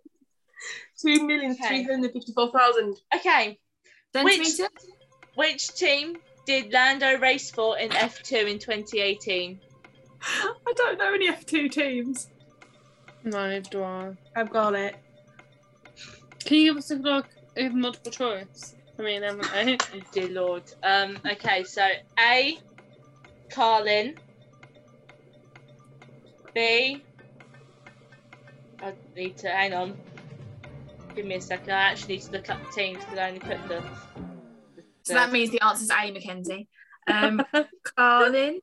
Two million three hundred fifty-four thousand.
Okay,
Centimeter?
which team did Lando race for in F2 in 2018?
I don't know any F2 teams.
No, do I?
I've got it.
Can you give us a look if multiple choice? I mean, haven't I?
Oh, dear lord. Um, okay, so A, Carlin. B, I need to hang on. Give me a second. I actually need to look up teams because I only put the.
So that means the answer's A, Mackenzie. Um, Carlin.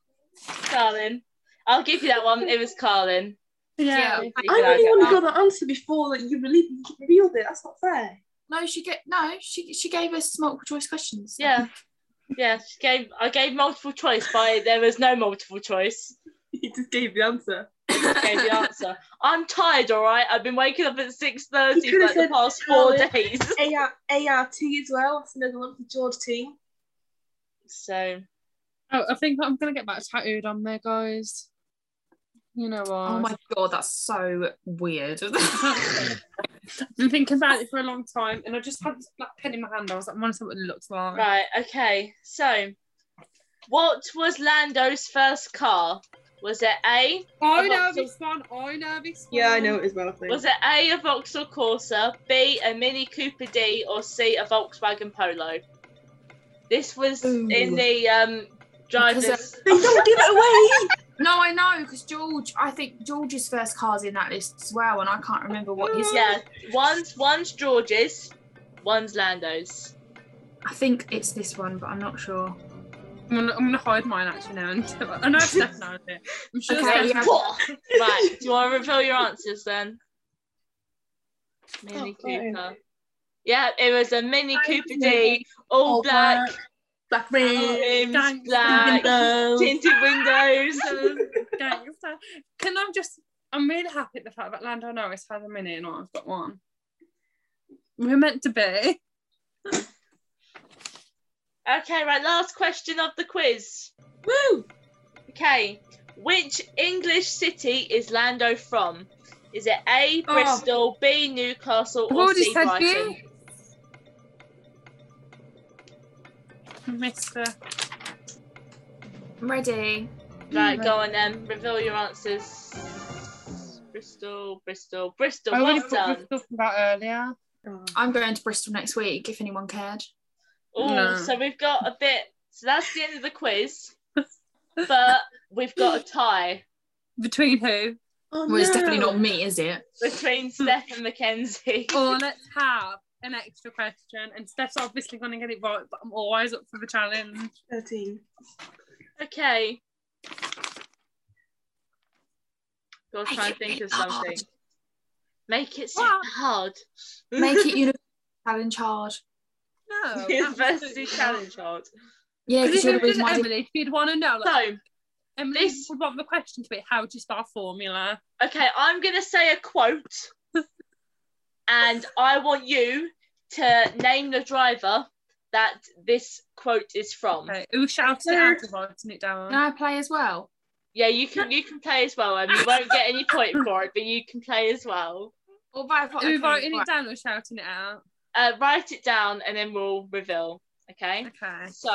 Carlin. I'll give you that one. It was Carlin.
Yeah.
I
Yeah, I
really
get
want to
that.
know the answer before that you really revealed it. That's not fair.
No, she get no. She she gave us multiple choice questions.
Yeah. Yeah, she gave, I gave multiple choice, but there was no multiple choice.
You just gave the answer.
Okay, the answer. I'm tired, all right. I've been waking up at six thirty
You
for like
could've
the
said
past four
Carlin.
days.
AR, ART as well. That's another one for George team.
So
Oh, I think I'm gonna get that tattooed on there, guys. You know what?
Oh my god, that's so weird.
I've been thinking about it for a long time, and I just had this black pen in my hand. I was like, I want to see what it looks like.
right, okay. So, what was Lando's first car? Was it A?
I
I've
know
got
this one. I know this one.
Yeah, I know it as well. I think.
Was it A a Vauxhall Corsa, B a Mini Cooper D, or C a Volkswagen Polo? This was in
Ooh.
the um drivers.
They don't give it away.
no, I know because George. I think George's first car's in that list as well, and I can't remember what his.
Yeah, one's one's George's, one's Lando's.
I think it's this one, but I'm not sure.
I'm gonna, I'm gonna hide mine actually now. And I know Steph knows it. I'm sure
Okay,
Steph
yeah.
right, do you want to reveal your answers then? Mini
Oh, fine.
Cooper. Yeah, it was a Mini
I oh,
Cooper
know.
D, all, black,
Black
rims,
Thanks.
black,
windows.
tinted windows.
gangster. Can I just? I'm really happy at the fact that Lando Norris has a mini and I've got one. We're meant to be.
okay, right, last question of the quiz.
Woo!
Okay, which English city is Lando from? Is it A,
Oh.
Bristol, B, Newcastle,
I've
or
already
C,
said
Brighton?
B. Mister.
I'm ready.
Right, go on then, reveal your answers. Bristol, Bristol, Bristol.
I already
Well
put
done.
Bristol for that earlier.
Oh.
I'm going to Bristol next week if anyone cared.
Oh,
No.
so we've got a bit. So that's the end of the quiz, but we've got a tie
Between who?
Oh,
Well, it's
no.
definitely not me, is it?
between Steph and Mackenzie.
Or let's have an extra question. And Steph's obviously going to get it right, but I'm always up for the challenge.
Thirteen.
Okay. Go try and think of
hard.
something. Make it so
What?
hard.
Make it universal challenge hard.
No.
University challenge hard.
Yeah,
Because
because you're the
if it was
reason why I did-
Emily, she'd want to know. Like,
So,
Emily
this-
would want the question to be, how do you spell formula?
okay, I'm gonna say a quote, and I want you to name the driver that this quote is from.
Okay, who shouted it out of writing it down?
Can I play as well?
Yeah, you can you can play as well. Um, you won't get any point for it, but you can play as well.
Or by
Are we writing it down or shouting it out?
Uh, write it down and then we'll reveal. Okay.
Okay.
So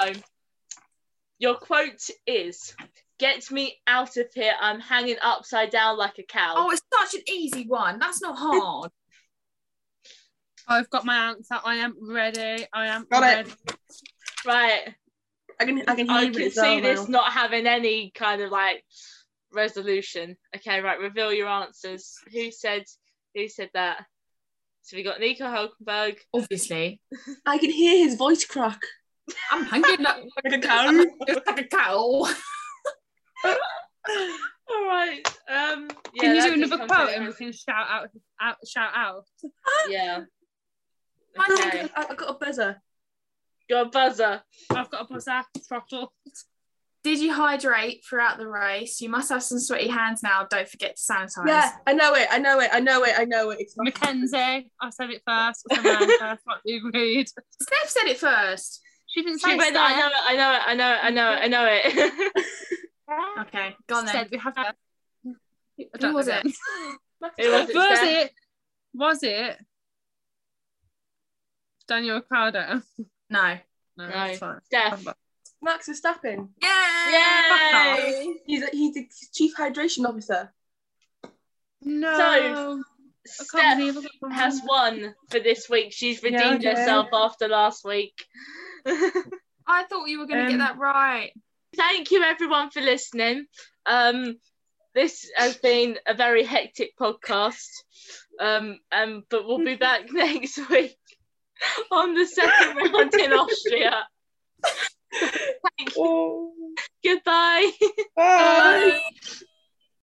your quote is get me out of here, I'm hanging upside down like a cow.
Oh, it's such an easy one. That's not hard.
I've got my answer. I am ready. I am
Got it.
ready.
right.
I can I can hear
I
it
can
as well
see this
now.
not having any kind of like resolution. Okay, right, reveal your answers. Who said who said that? So we got Nico Hulkenberg.
Obviously.
I can hear his voice crack.
I'm hanging up
Like a
I'm like a cow.
All right. Um yeah,
can you
that
do
just
another
comes out
quote and we can shout out, out shout out?
Yeah.
Mine's
Okay.
I, I got a buzzer.
Your buzzer.
I've got a buzzer throttle.
Did you hydrate throughout the race? You must have some sweaty hands now. Don't forget to sanitize.
Yeah, I know it. I know it. I know it. I know it. It's not
Mackenzie, I said it first. I said mine first. What do you read?
Steph said it first.
She didn't
She
say
went, I know it, I know it, I know it, I know it, I know it.
that.
Okay, go on then.
Said we have.
Who was it?
it wasn't
Was
Steph.
it? Was it? Daniel Ricciardo?
No.
No,
No.
that's fine.
Steph.
Max Verstappen.
Yeah.
Yay!
He's a, he's the chief hydration officer.
No. I can't
Steph
believe I got the
has
wrong-
won for this week. She's
Yeah,
redeemed
okay.
herself after last week.
I thought you were going to
Um,
get that right.
Thank you everyone for listening. Um, this has been a very hectic podcast. Um, um, but we'll be back next week on the second round in Austria. Thank you.
Oh.
Goodbye.
Bye.